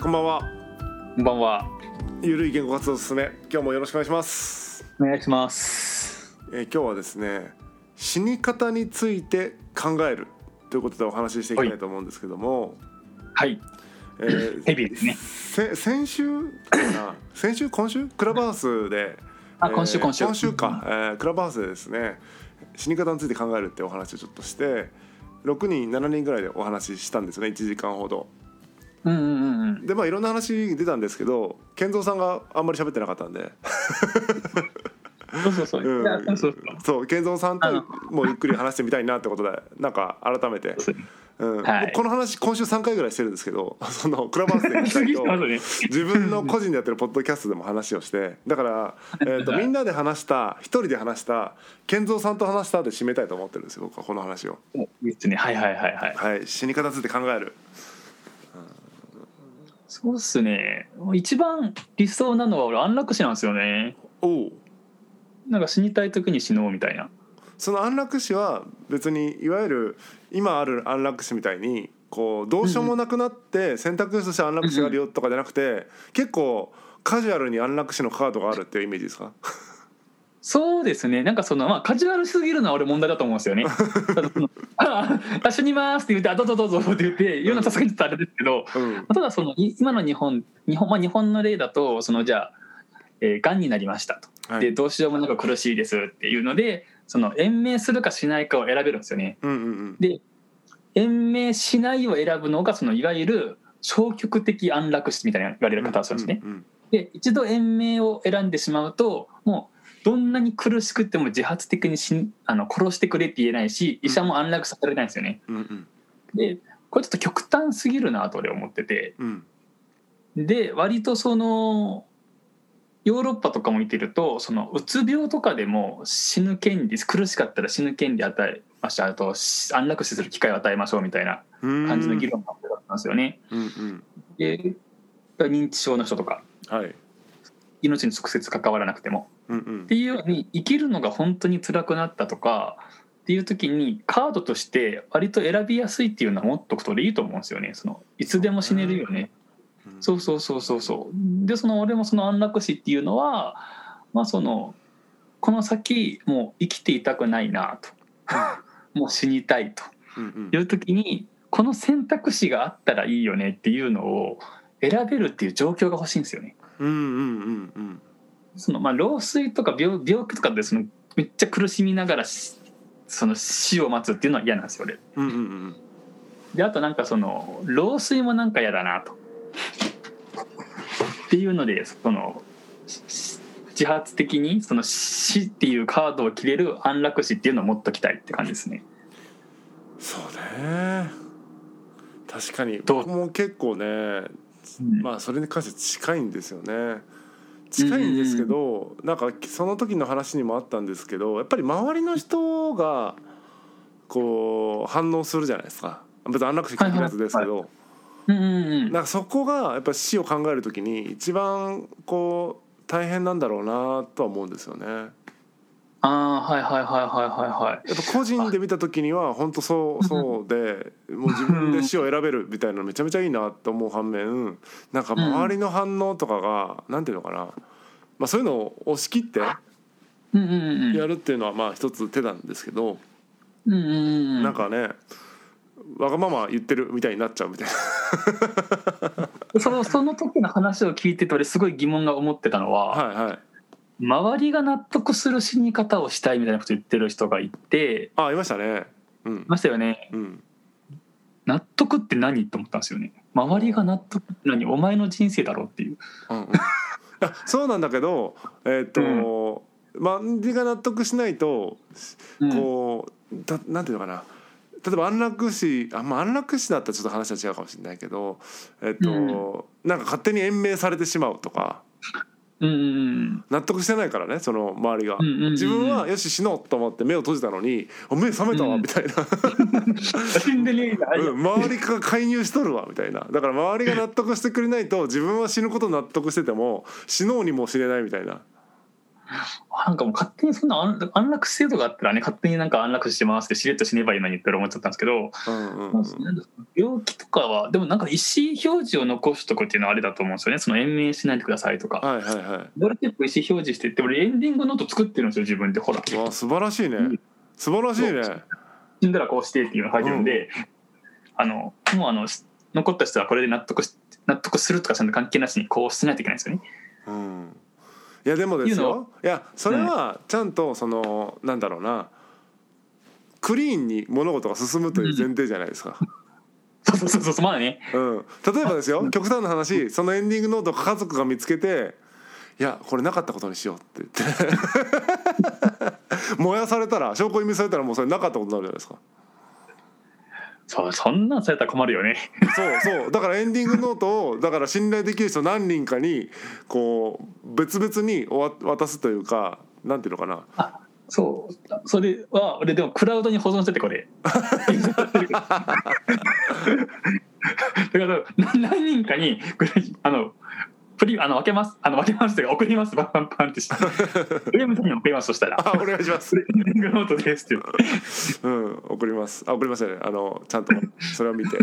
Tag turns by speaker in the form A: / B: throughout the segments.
A: こんばんは。
B: こんばんは。
A: ゆるい言語活動すすめ。今日もよろしくお願いします。
B: お願いします。
A: えー今日はですね、死に方について考えるということでお話ししていきたいと思うんですけども、
B: はい。
A: えー
B: ヘビーですね。
A: せ先週かな 先週今週クラブハウスで、
B: あ
A: えー
B: 今週今週
A: 今週か、えークラブハウスでですね死に方について考えるってお話をちょっとして6人7人ぐらいでお話ししたんですね1時間ほど
B: うんうんうんうん。
A: でまあいろんな話出たんですけど健三さんがあんまり喋ってなかったんで
B: そうそうそう。
A: うん
B: いやそうそう
A: そう健三さん
B: あ
A: と
B: の
A: もうゆっくり話してみたいなってことでなんか改めて、
B: そう。
A: うん
B: はい
A: 僕この話今週3回ぐらいしてるんですけど そのクラブハウスで
B: 次して ます
A: と
B: ね。
A: 自分の個人でやってるポッドキャストでも話をしてだから、えー、とみんなで話した一人で話した健三さんと話したで締めたいと思ってるんですよ僕はこの話を。
B: おいいですね。はいはいはいはい。
A: はい、死に方について考える
B: そうっすね。一番理想なのは俺安楽死なんですよね。
A: おう
B: なんか死にたい時に死のうみたいな。
A: その安楽死は別にいわゆる今ある安楽死みたいにこうどうしようもなくなって選択肢として安楽死があるよとかじゃなくて結構カジュアルに安楽死のカードがあるっていうイメージですか
B: そうですね。なんかそのまあカジュアルすぎるのは俺問題だと思うんです よね。ただそのあ あ死にますって言ってあどうぞどうぞって言って言うのはさすがにちょっとあれですけど。
A: うん
B: まあただそのい今の日本日本,、まあ、日本の例だとそのじゃあえーがん、になりましたと、
A: はい
B: でどうしようもなく苦しいですっていうのでその延命するかしないかを選べるんですよね
A: うんうん
B: 延命しないを選ぶのがそのいわゆる消極的安楽死みたいな言われ
A: う
B: る
A: ん
B: 方をするんですね、
A: うんうん
B: で一度延命を選んでしまうともうどんなに苦しくても自発的に死んあの殺してくれって言えないし医者も安楽死させられないんですよね
A: うんうん
B: でこれちょっと極端すぎるなと俺思ってて
A: うん
B: で割とそのヨーロッパとかも見てるとそのうつ病とかでも死ぬ権利苦しかったら死ぬ権利与えましたあとし安楽死する機会を与えましょうみたいな
A: うん
B: 感じの議論があったんですよね。
A: うんうん
B: で認知症の人とか
A: はい
B: 命に直接関わらなくても。
A: うんう
B: っ
A: ん
B: ていうように生きるのが本当に辛くなったとかっていう時にカードとして割と選びやすいっていうのは持っとくと俺いいと思うんですよね。そのいつでも死ねるよね
A: うん
B: そうそうそうそうそうでその俺もその安楽死っていうのはまあそのこの先もう生きていたくないなともう死にたいと
A: うんうん
B: いう時にこの選択肢があったらいいよねっていうのを選べるっていう状況が欲しいんですよね。
A: うんうんうんうん
B: そのまあ老衰とか病病気とかでそのめっちゃ苦しみながらしその死を待つっていうのは嫌なんですよ俺。
A: うんうんうん
B: であとなんかその老衰もなんか嫌だなと。っていうのでそのしし自発的にその死っていうカードを切れる安楽死っていうのを持っときたいって感じですね。
A: そうね確かに
B: どう
A: 僕も結構ね
B: うん
A: まあそれに関して近いんですよね近いんですけど、なんかその時の話にもあったんですけどやっぱり周りの人がこう反応するじゃないですか別に安楽死聞いてるやつですけど、
B: うんうんうん
A: なんかそこがやっぱ死を考える時に一番こう大変なんだろうなとは思うんですよね。やっ
B: ああはいはいはいはいはいはい。
A: ぱ個人で見た時には本当そうそうでもう自分で死を選べるみたいなのめちゃめちゃいいなと思う反面なんか周りの反応とかがなんていうのかな、まあ、そういうのを押し切って
B: うんうんうんうん
A: やるっていうのはまあ一つ手なんですけど、
B: うんうんうん
A: なんかねわがまま言ってるみたいになっちゃうみたいな。
B: そのその時の話を聞いてて俺すごい疑問が思ってたのは、
A: はいはい。
B: 周りが納得する死に方をしたいみたいなこと言ってる人がいて
A: あいましたね。うん
B: い。ましたよね。
A: うん。
B: 納得って何と思ったんですよね周りが納得って何お前の人生だろうっていう
A: うんうん、あそうなんだけどえっ、と、周りが納得しないとこうたなんていうのかな例えば安楽死あ、まあ、安楽死だったらちょっと話は違うかもしれないけど、えっとなんか勝手に延命されてしまうとか
B: うんうん
A: 納得してないからねその周りが。
B: うんうんうんうん
A: 自分はよし死のうと思って目を閉じたのにあ目覚めたわ
B: うん
A: みたいな、
B: 死んでねえな
A: うん、周りが介入しとるわみたいなだから周りが納得してくれないと自分は死ぬこと納得してても死のうにも死ねないみたいな
B: なんかもう勝手にそんな安安楽死制度があったらね勝手になんか安楽死してますってしれっと死ねばいいのにって俺思っちゃったんですけど、
A: うんうんう
B: ま
A: ん
B: あ病気とかはでもなんか意思表示を残しとくっていうのはあれだと思うんですよねその延命しないでくださいとか。
A: はいはいは
B: ドルテップ意思表示してって俺エンディングノート作ってるんですよ自分でほら
A: いわあ素晴らしいね
B: うん
A: 素晴らしいね
B: 死んだらこうしてっていうの書いてるんで、あのもうあのし残った人はこれで納得し納得するとかそんな関係なしにこうしないといけないんですよね。
A: うんいやでもですよいやそれはちゃんとそのなんだろうなクリーンに物事が進むという前提じゃないです か、
B: そうそうそうそうまだね。
A: うん、例えばですよ極端な話そのエンディングノートを家族が見つけて「いやこれなかったことにしよう」って 言って燃やされたら証拠隠滅されたらもうそれなかったことになるじゃないですか
B: そうそんなんされたら困るよね。
A: そうそうだからエンディングノートをだから信頼できる人何人かにこう別々におわ渡すというかなんていうのかな
B: そうそれは俺でもクラウドに保存しててこれ。だからな何人かにこれあのプリあの分けますあの分けますというか送りますパンパンパンってしてウェブさんに送りますそしたら。
A: あお願いします
B: それエンディングノートですって言って
A: うん送りますあ送りましたねあのちゃんとそれを 見て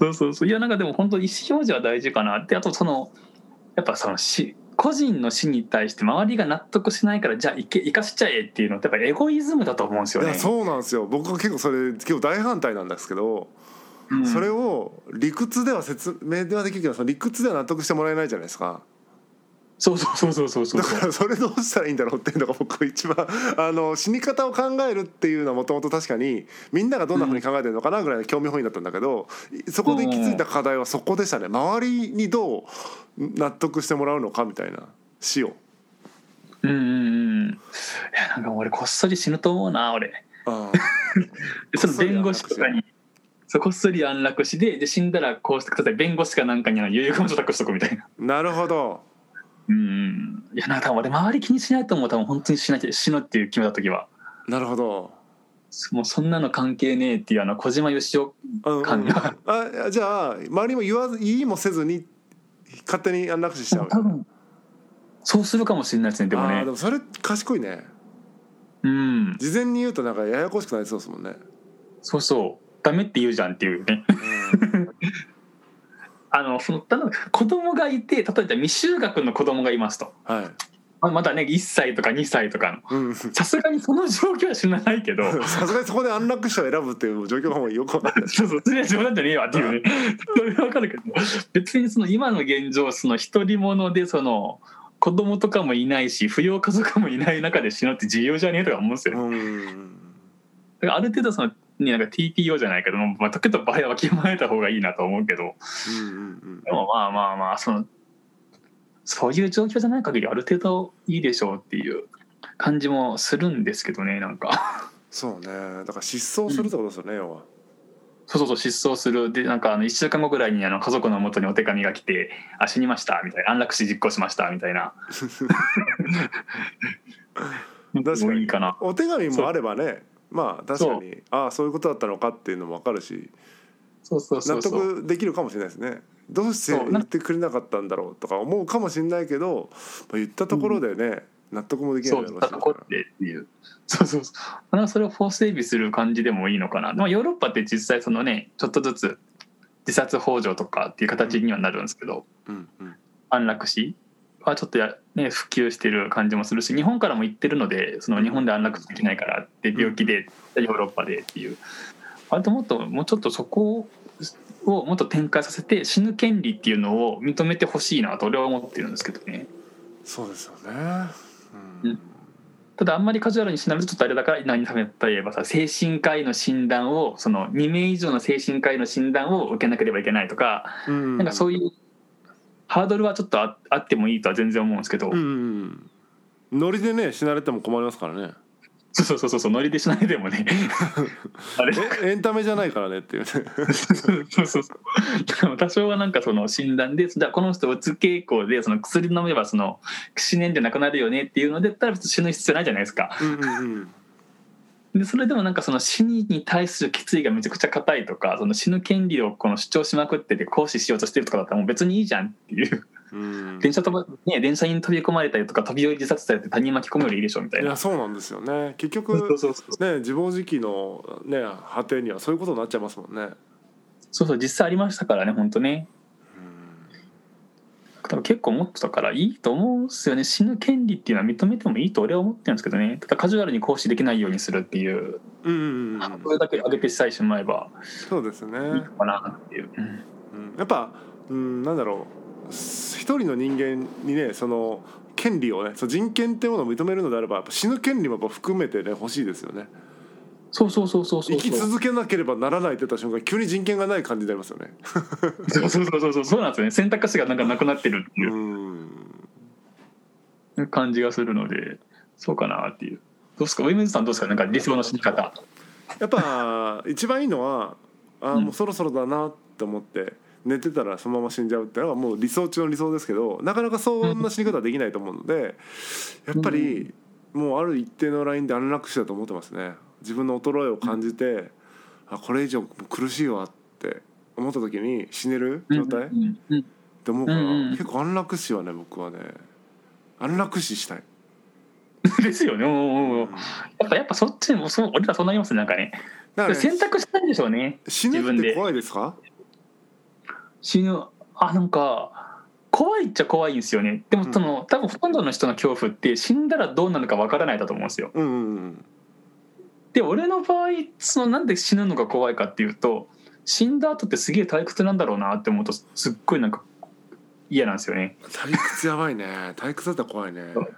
B: そうそうそういやなんかでも本当意思表示は大事かなってあとそのやっぱその死個人の死に対して周りが納得しないからじゃあいけ生かしちゃえっていうのってやっぱエゴイズムだと思うんですよ
A: い
B: ね
A: や。そうなんですよ僕は結構それ結構大反対なんですけど
B: うん
A: それを理屈では説明ではできるけどその理屈では納得してもらえないじゃないですか
B: そうそうそうそうそうそう
A: だからそれどうしたらいいんだろうっていうのが僕一番 あの死に方を考えるっていうのはもともと確かにみんながどんなふうに考えてるのかなぐらいの興味本位だったんだけどそこで気づいた課題はそこでしたね周りにどう納得してもらうのかみたいな死を。
B: うんうんうんいやなんか俺こっそり死ぬと思うな俺
A: あ
B: その弁護士とかにそうこっそり安楽死でで死んだらこうしてください弁護士かなんかにあの遺言書託しとくみたいな
A: ー なるほど
B: うんいやなんか多分俺周り気にしないと思う多分本当に死なきゃ死ぬっていう決めた時は
A: なるほど。
B: もうそんなの関係ねえっていうあの小島よしお
A: うんうん
B: 感が
A: あじゃあ周りも言わず言いもせずに勝手に安楽死しちゃ
B: 多
A: う。
B: 分そうするかもしれないですねでも
A: あー
B: ね
A: でもそれ賢いね
B: うん
A: 事前に言うとなんかややこしくなりそうですもんね、
B: そうそうダメって言うじゃんっていうね あのそのただ子供がいて例えば未就学の子供がいますと
A: はい、
B: ままだね1歳とか2歳とかの
A: うん、
B: さすがにその状況は知らないけ ど
A: さすがにそこで安楽死を選ぶっていう状況がもうよくわかんない
B: そうそうそれは冗談じゃねえわっていうね それはわかるけど別にその今の現状その独り者でその子供とかもいないし扶養家族もいない中で死ぬって自由じゃねえとか思うんですよね
A: うん
B: だからある程度その、ね、なんか TPO じゃないけども、まあ、時と場合はわきまえた方がいいなと思うけど
A: うんうん
B: でもまあまあまあそのそういう状況じゃない限りある程度いいでしょうっていう感じもするんですけどねなんか
A: そうねだから失踪するってことですよね、要は
B: そうそうそう失踪するでなんかあの1週間後ぐらいにあの家族の元にお手紙が来て「あ死にました」みたいな「安楽死実行しました」みた いな
A: 確かに
B: もういいかな
A: お手紙もあればねまあ確かにああそういうことだったのかっていうのもわかるし
B: そうそうそ
A: 納
B: うそう
A: 得できるかもしれないですねどうして
B: そう
A: 言ってくれなかったんだろうとか思うかもしれないけどまあ言ったところでね、納得もできな
B: そ
A: いうだろうし
B: 戦ってっていうそうそうそうなんかそれを法整備する感じでもいいのかなでもヨーロッパって実際そのねちょっとずつ自殺ほ助とかっていう形にはなるんですけど、
A: うんうん
B: 安楽死はちょっとや、ね、普及してる感じもするし日本からも行ってるのでその日本で安楽死できないからって病気で、ヨーロッパでっていうあともっともうちょっとそこをもっと展開させて死ぬ権利っていうのを認めてほしいなと俺は思ってるんですけどね。
A: そうですよね。う
B: うんん。ただあんまりカジュアルにしなるとちょっとあれだから何食べた言えばさ精神科医の診断をその2名以上の精神科医の診断を受けなければいけないとか、
A: うん
B: なんかそういうハードルはちょっとああってもいいとは全然思うんですけど、
A: うんうんうん。ノリでね死なれても困りますからね。
B: そうそうそうそうノリでしないで もねあれ
A: えエンタメじゃないからねって いうね。
B: そうそうそうだから多少はなんかその診断でじゃあこの人うつ傾向でその薬飲めばその死年じゃなくなるよねっていうのでだったら別に死ぬ必要ないじゃないですか。
A: うんうんうん。
B: でそれでもなんかその死にに対する決意がめちゃくちゃ硬いとかその死ぬ権利をこの主張しまくってて行使しようとしてるとかだったらもう別にいいじゃんっていう
A: うん
B: 電車とば、ね、電車に飛び込まれたりとか飛び降り自殺されて他人巻き込むよりいいでしょみたい
A: い
B: な。
A: やそうなんですよね結
B: そう
A: 局
B: そうそう
A: ね自暴自棄のね果てにはそういうことになっちゃいますもんね。
B: そうそう実際ありましたからね本当ね多分結構思ってたからいいと思うんですよね死ぬ権利っていうのは認めてもいいと俺は思ってるんですけどねただカジュアルに行使できないようにするっていう、
A: うんうんうんうん
B: それだけ上げてさえしまえば
A: そうですね、
B: いいのかなっていう、うん
A: うんやっぱ、うん、なんだろう一人の人間にねその権利をねその人権っていうものを認めるのであればやっぱ死ぬ権利もやっぱ含めてね欲しいですよね
B: そうそうそうそうそ
A: 生
B: う
A: き
B: そう
A: 続けなければならないって言った瞬間急に人権がない感じになりますよね。
B: そうそうそうそうそうなんですよね選択肢がなんかなくなってるっていう
A: うん
B: う感じがするのでそうかなっていうどうですかウェブズさんどうですかなんか理想の死に方
A: やっぱ一番いいのはあー
B: うん
A: もうそろそろだなって思って寝てたらそのまま死んじゃうってのはもう理想中の理想ですけどなかなかそんな死に方はできないと思うのでやっぱりもうある一定のラインで安楽死だと思ってますね自分の衰えを感じてあこれ以上苦しいわって思った時に死ねる状態っ
B: うんうん
A: て思うから
B: うんうん
A: 結構安楽死はね僕はね安楽死したい。
B: うん、ですよねうんうん
A: う
B: うんんやっぱやっぱそっちもそう俺らそうなりますねなんかね
A: だからね
B: 選択したいんでしょうね
A: 死ぬ
B: 自
A: っ
B: 分
A: て
B: で
A: 怖いですか
B: 死ぬあなんか怖いっちゃ怖いんですよねでもその、多分ほとんどの人の恐怖って死んだらどうなるかわからないだと思うんですよ
A: うんうんうん
B: で俺の場合そのなんで死ぬのが怖いかっていうと死んだ後ってすげえ退屈なんだろうなって思うとすっごいなんか嫌なんですよね
A: 退屈やばいね退屈だったら怖いね
B: そう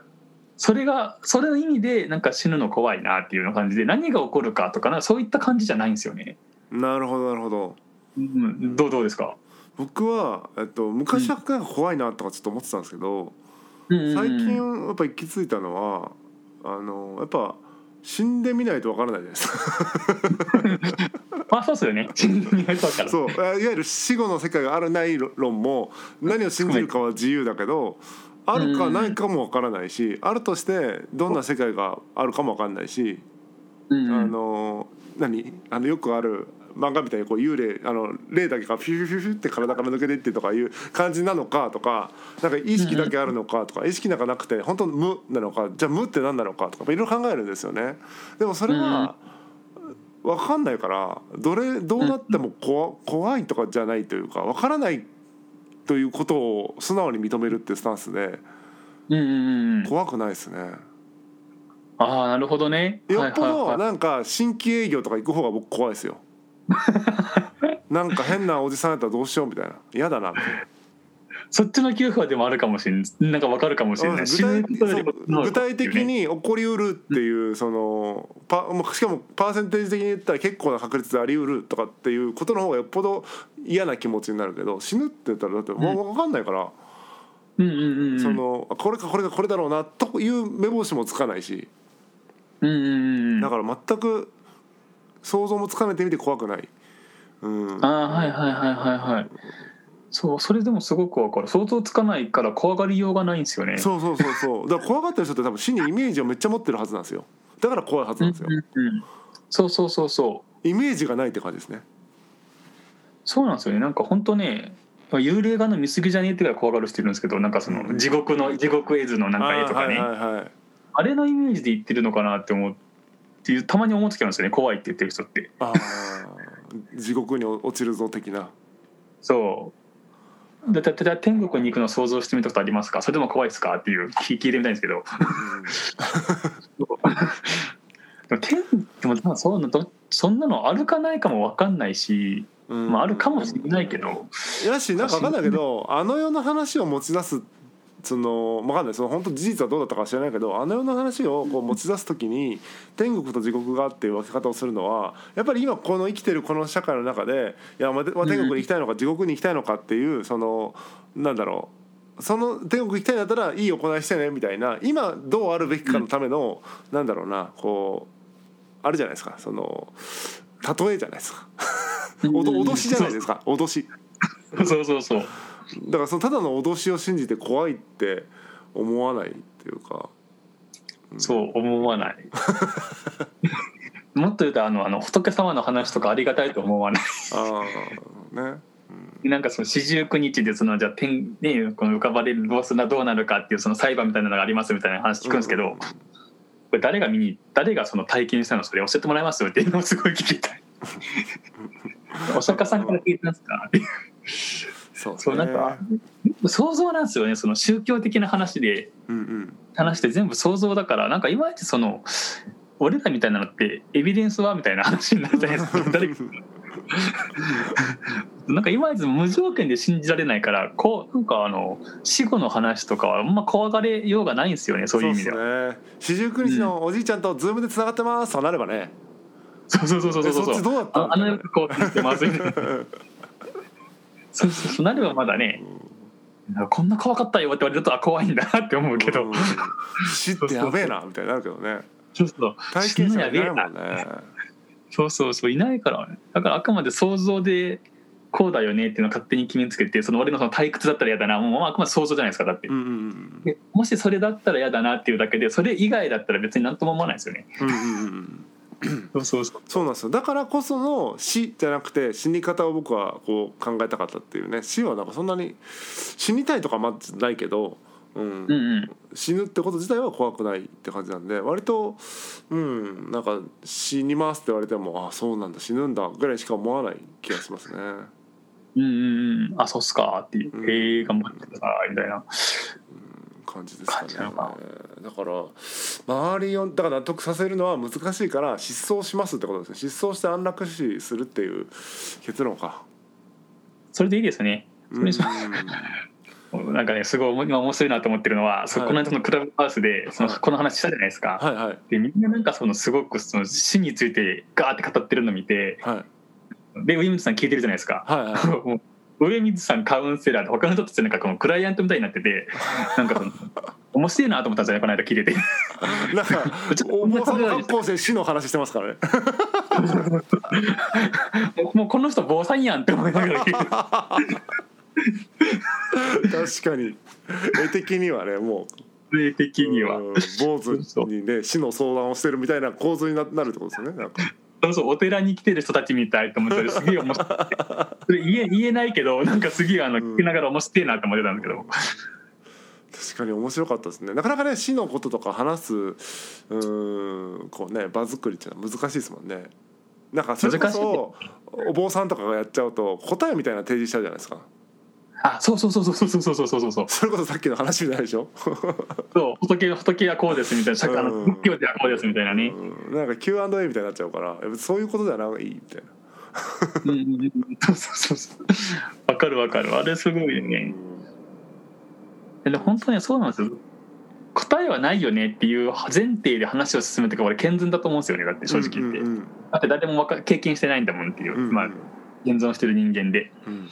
B: それがそれの意味でなんか死ぬの怖いなっていうような感じで何が起こるかとかなんかそういった感じじゃないんですよね、
A: なるほどなるほど
B: うん、どうどうですか、
A: 僕は、えっと、昔はなんか怖いなとかちょっと思ってたんですけど、最近
B: は
A: やっぱ行き着いたのはあのやっぱ死んでみないとわからないです
B: まあそうですよね死ぬの苦手だから
A: そういわゆる死後の世界があるない論も何を信じるかは自由だけどあるかないかもわからないしあるとしてどんな世界があるかもわかんないし
B: うんうん
A: あの何あのよくある漫画みたいにこう幽霊あの霊だけがフィュフィュフィュって体から抜けていってとかいう感じなのかとかなんか意識だけあるのかとか意識なんかなくて本当無なのかじゃあ無って何なのかとかいろいろ考えるんですよね。でもそれは分かんないからどれどうなっても怖怖いとかじゃないというか分からないということを素直に認めるっていうスタンスで
B: うんうんうん
A: 怖くないですね。
B: ああなるほどね。
A: よっぽ
B: は
A: ど
B: いはいはい
A: なんか新規営業とか行く方が僕怖い ですよなんか変なおじさんやったらどうしようみたいな嫌だなみたいな
B: そっちの給付はでもあるかもしれない。なんかわかるかもしれない。
A: 具
B: 死ぬことよ
A: 体
B: りも
A: そう具体的に起こりうるっていうそのパもうしかもパーセンテージ的に言ったら結構な確率でありうるとかっていうことの方がよっぽど嫌な気持ちになるけど死ぬって言ったらだってもう分かんないから、
B: うんうんうんうん。
A: そのあこれかこれかこれだろうなという目星もつかないし
B: うんうんうん。
A: だ
B: あ
A: から全く想像もつかめてみて怖くない。うん、
B: あーはいはいはいはいはい。そうそれでもすごくわかる。想像つかないから怖がりようがないんですよね。う
A: そうそうそうそうだから怖がってる人って多分死にイメージをめっちゃ持ってるはずなんですよだから怖いはず
B: ん
A: なんですよ
B: うんうん。そうそうそうそう。
A: イメージがないって感じですね
B: そうなんですよね。なんか本当ね。幽霊画の見過ぎじゃねえってぐらい怖がる人いるんですけどなんかその地獄の地獄絵図のなんか絵とかね
A: あーはいはいはい
B: あれのイメージで言ってるのかなって思うっていうたまに思う時あるんですよね怖いって言ってる人って
A: あー地獄に落ちるぞ的な
B: そう。だだだ天国に行くの想像してみたことありますかそれでも怖いですかっていう聞聞いてみたいんですけどでも天でもまあそうなどそんなのあるかないかも分かんないし、
A: うん
B: まあ、あるかもしれないけど、
A: いやしなんか分かんないけどあの世の話を持ち出すその分かんないその本当事実はどうだったかは知らないけどあの世の話をこう持ち出す時に天国と地獄があっていう分け方をするのはやっぱり今この生きてるこの社会の中でいやまあでまあ天国に行きたいのか地獄に行きたいのかっていうそのなんだろうその天国行きたいんだったらいい行いしてねみたいな今どうあるべきかのためのなんだろうなこうあるじゃないですかその例えじゃないですか おど脅しじゃないですか脅し。
B: そうそうそうそう
A: だからそのただの脅しを信じて怖いって思わないっていうか
B: そう思わ ないもっと言うとあのあの仏様の話とかありがたいと思わない
A: ああね、うん、
B: なんかその四十九日でそのじゃあ天、ね、この浮かばれるボスがどうなるかっていうその裁判みたいなのがありますみたいな話聞くんですけど、これ誰が見に誰がその体験したのそれ教えてもらえますよっていうのをすごい聞きた いお釈迦さんから聞いてますかっていう
A: そうです
B: そう
A: ね
B: なんか想像なんですよねその宗教的な話で
A: うんうん
B: 話して全部想像だからなんかいまいちその俺らみたいなのってエビデンスはみたいな話になるじゃないで すか誰なんかいまいち無条件で信じられないからこうなんかあの死後の話とかはあんま怖がれようがないんですよねそういう意味では
A: そうっすね四十九日のおじいちゃんとズームでつながってますとなればね
B: そうそうそうそうそ
A: えそ
B: う
A: っちどうだった
B: ああの世がこうってま すみたいなそうそうそうなればまだねなんかこんな怖かったよって言われるとあ怖いんだなって思うけど、
A: うん死ってやべえなみたいになるけどね
B: そうそう
A: 体験者はいないもんね
B: そうそうそういないからねだからあくまで想像でこうだよねっていうのを勝手に決めつけてその俺のその退屈だったら嫌だなもうあくまで想像じゃないですかだって、
A: うんうん
B: でもしそれだったら嫌だなっていうだけでそれ以外だったら別になんとも思わないですよね
A: うんうんうんうん
B: そうそうそう
A: そうなんですよだからこその死じゃなくて死に方を僕はこう考えたかったっていうね死はなんかそんなに死にたいとかまずないけど、うん
B: うんうん
A: 死ぬってこと自体は怖くないって感じなんで割とうんなんか死にますって言われてもあそうなんだ死ぬんだぐらいしか思わない気がしますね。
B: うんうんうんあそうっすかっていう、
A: うん
B: ええ頑張ってくださいみたいな
A: 感じですか
B: 感
A: ね
B: じなのか
A: だから周りをだから納得させるのは難しいから失踪しますってことですね失踪して安楽死するっていう結論か。
B: それでいいですね
A: う
B: それ
A: ん
B: にしなんかねすごい思い今面白いなと思ってるのは、そう
A: はい
B: この間のクラブハウスでその、
A: はい
B: この話したじゃないですか、
A: はいはい
B: でみんななんかそのすごくその死についてガーって語ってるの見て
A: はい
B: で上水さん聞いてるじゃないですか
A: はいはい。
B: もう上水さんカウンセラーで他の人たちなんかこのクライアントみたいになっててなんかその面白いなと思ったんじゃないかなと聞いて て
A: なんかお坊さんの学校生死の話してますからね。
B: もうもうこの人坊さんやんって思いながら聞い て
A: 確かに 絵的にはねもう
B: 霊的には
A: うん坊主にね死の相談をしてるみたいな構図にななるってことですよね。なんか
B: そうそうお寺に来てる人たちみたいと思ったらすげえ面白いそれ言え言えないけどなんかすげえあの
A: うん
B: 聞きながら面白いなって思ってたんだけど
A: 確かに面白かったですねなかなかね死のこととか話すうーんこうね場作りっていうのは難しいですもんねなんかそれこそお坊さんとかがやっちゃうと答えみたいな提示しちゃうじゃないですか
B: あそうそうそうそうそうそうそうそうそうそう
A: それこそさっきの話みたいでしょ、
B: 仏仏はこうですみたいな釈迦の
A: うん
B: 仏教ではこうですみたいなね
A: うん、なんか Q&A みたいになっちゃうからやっぱそういうことじゃないみたいな
B: うんうんうんそうそうそうそうわかるわかるあれすごいよね、で本当にそうなんですよ答えはないよねっていう前提で話を進めてから俺健全だと思うんですよねだって正直言って、
A: うんうん
B: だって誰もわか経験してないんだもんっていう、
A: うん
B: まあ、現存してる人間で
A: うん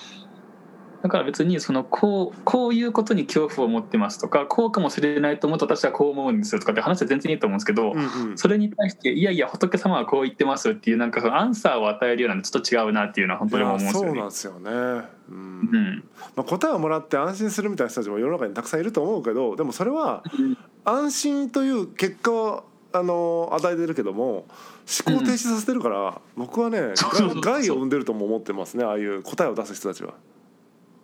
B: だから別にそのこうこういうことに恐怖を持ってますとかこうかもしれないと思うと私はこう思うんですよとかって話は全然いいと思うんですけど、
A: うんうん
B: それに対していやいや仏様はこう言ってますっていうなんかそのアンサーを与えるようなちょっと違うなっていうのは本当
A: い
B: に思うん
A: や
B: です
A: そ
B: よ
A: う
B: ね
A: なん。ですよね、うん
B: うん
A: まあ、答えをもらって安心するみたいな人たちも世の中にたくさんいると思うけどでもそれは安心という結果をあの与えてるけども思考停止させてるから、僕はね
B: そうそうそう
A: 害害を生んでるとも思ってますねああいう答えを出す人たちは。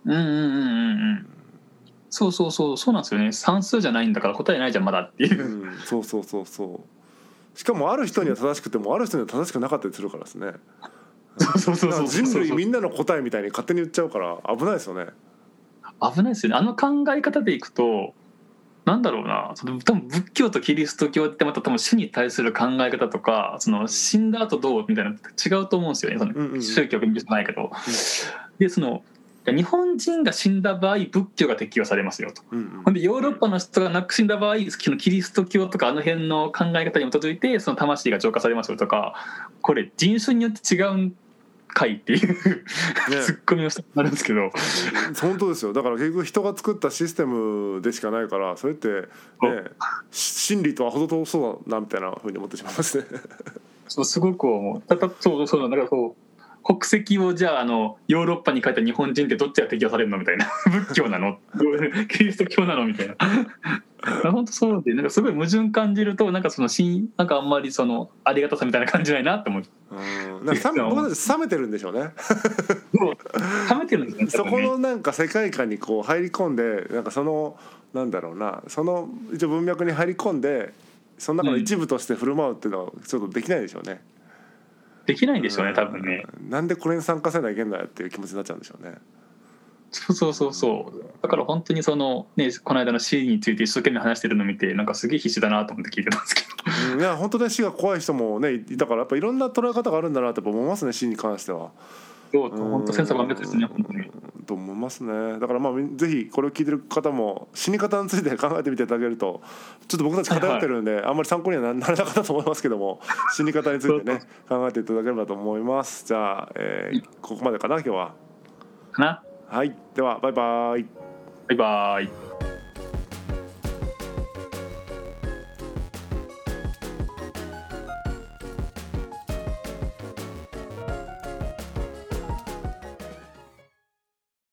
B: うんうんうんうんうんそうそうそうそうなんですよね算数じゃないんだから答えないじゃんまだっていうう、
A: ん、そうそうそうそうしかもある人には正しくてもある人には正しくなかったりするからですね
B: そうそう
A: だから
B: そうそう
A: 人
B: そう
A: 類みんなの答えみたいに勝手に言っちゃうから危ないですよね
B: 危ないですよねあの考え方でいくとなんだろうなその多分仏教とキリスト教ってまた多分死に対する考え方とかその死んだ後どうみたいなのって違うと思うんですよねそ
A: うんうん
B: の宗教勉強じゃないけど、でその日本人が死んだ場合仏教が適用されますよと
A: うん
B: ほんでヨーロッパの人が亡く死んだ場合そのキリスト教とかあの辺の考え方に基づいてその魂が浄化されますよとかこれ人種によって違うんかいっていう
A: ね
B: ツッコミをしたくなるんですけど
A: うん 本当ですよだから結局人が作ったシステムでしかないからそれって、ね
B: そう、
A: 真理とは程遠そうだなみたいなふうに思ってしまいますね。
B: そうすごく思う。ただそうそうだからそう国籍をじゃああのヨーロッパに帰った日本人ってどっちが適用されるのみたい な仏教なのキリスト教なのみたいな本当そうでなんかすごい矛盾感じるとなんかそのしなんかあんまりそのありがたさみたいな感じないなって思う
A: うんなんか冷め僕たち冷めてるんでしょうね。
B: でも冷めててるんですよね
A: そ
B: 多
A: こ
B: 分ね
A: のなんか世界観にこう入り込んでなんかそのなんだろうなその一応文脈に入り込んでその中の一部として振る舞うっていうのはちょっとできないでしょうね。
B: できないんでしょうね多分ね。
A: うん。なんでこれに参加せなきゃいけんだよっていう気持ちになっちゃうんでしょうね。
B: そうそうそうそうだから本当にそのねこの間の C について一生懸命話してるの見てなんかすげえ必死だなと思って聞いてたんですけど
A: うんいや本当ね死が怖い人もねいいたからやっぱいろんな捉え方があるんだなってやっぱ思いますね死に関しては。
B: どう本当千差万別ですね本当に
A: と思いますねだからまあみぜひこれを聞いてる方も死に方について考えてみていただけるとちょっと僕たち偏ってるんで、あんまり参考にはなならなかったと思いますけど も死に方についてね考えていただければと思いますじゃあ、えーここまでかな今日は
B: かな
A: はいではバイバイ
B: バイバイ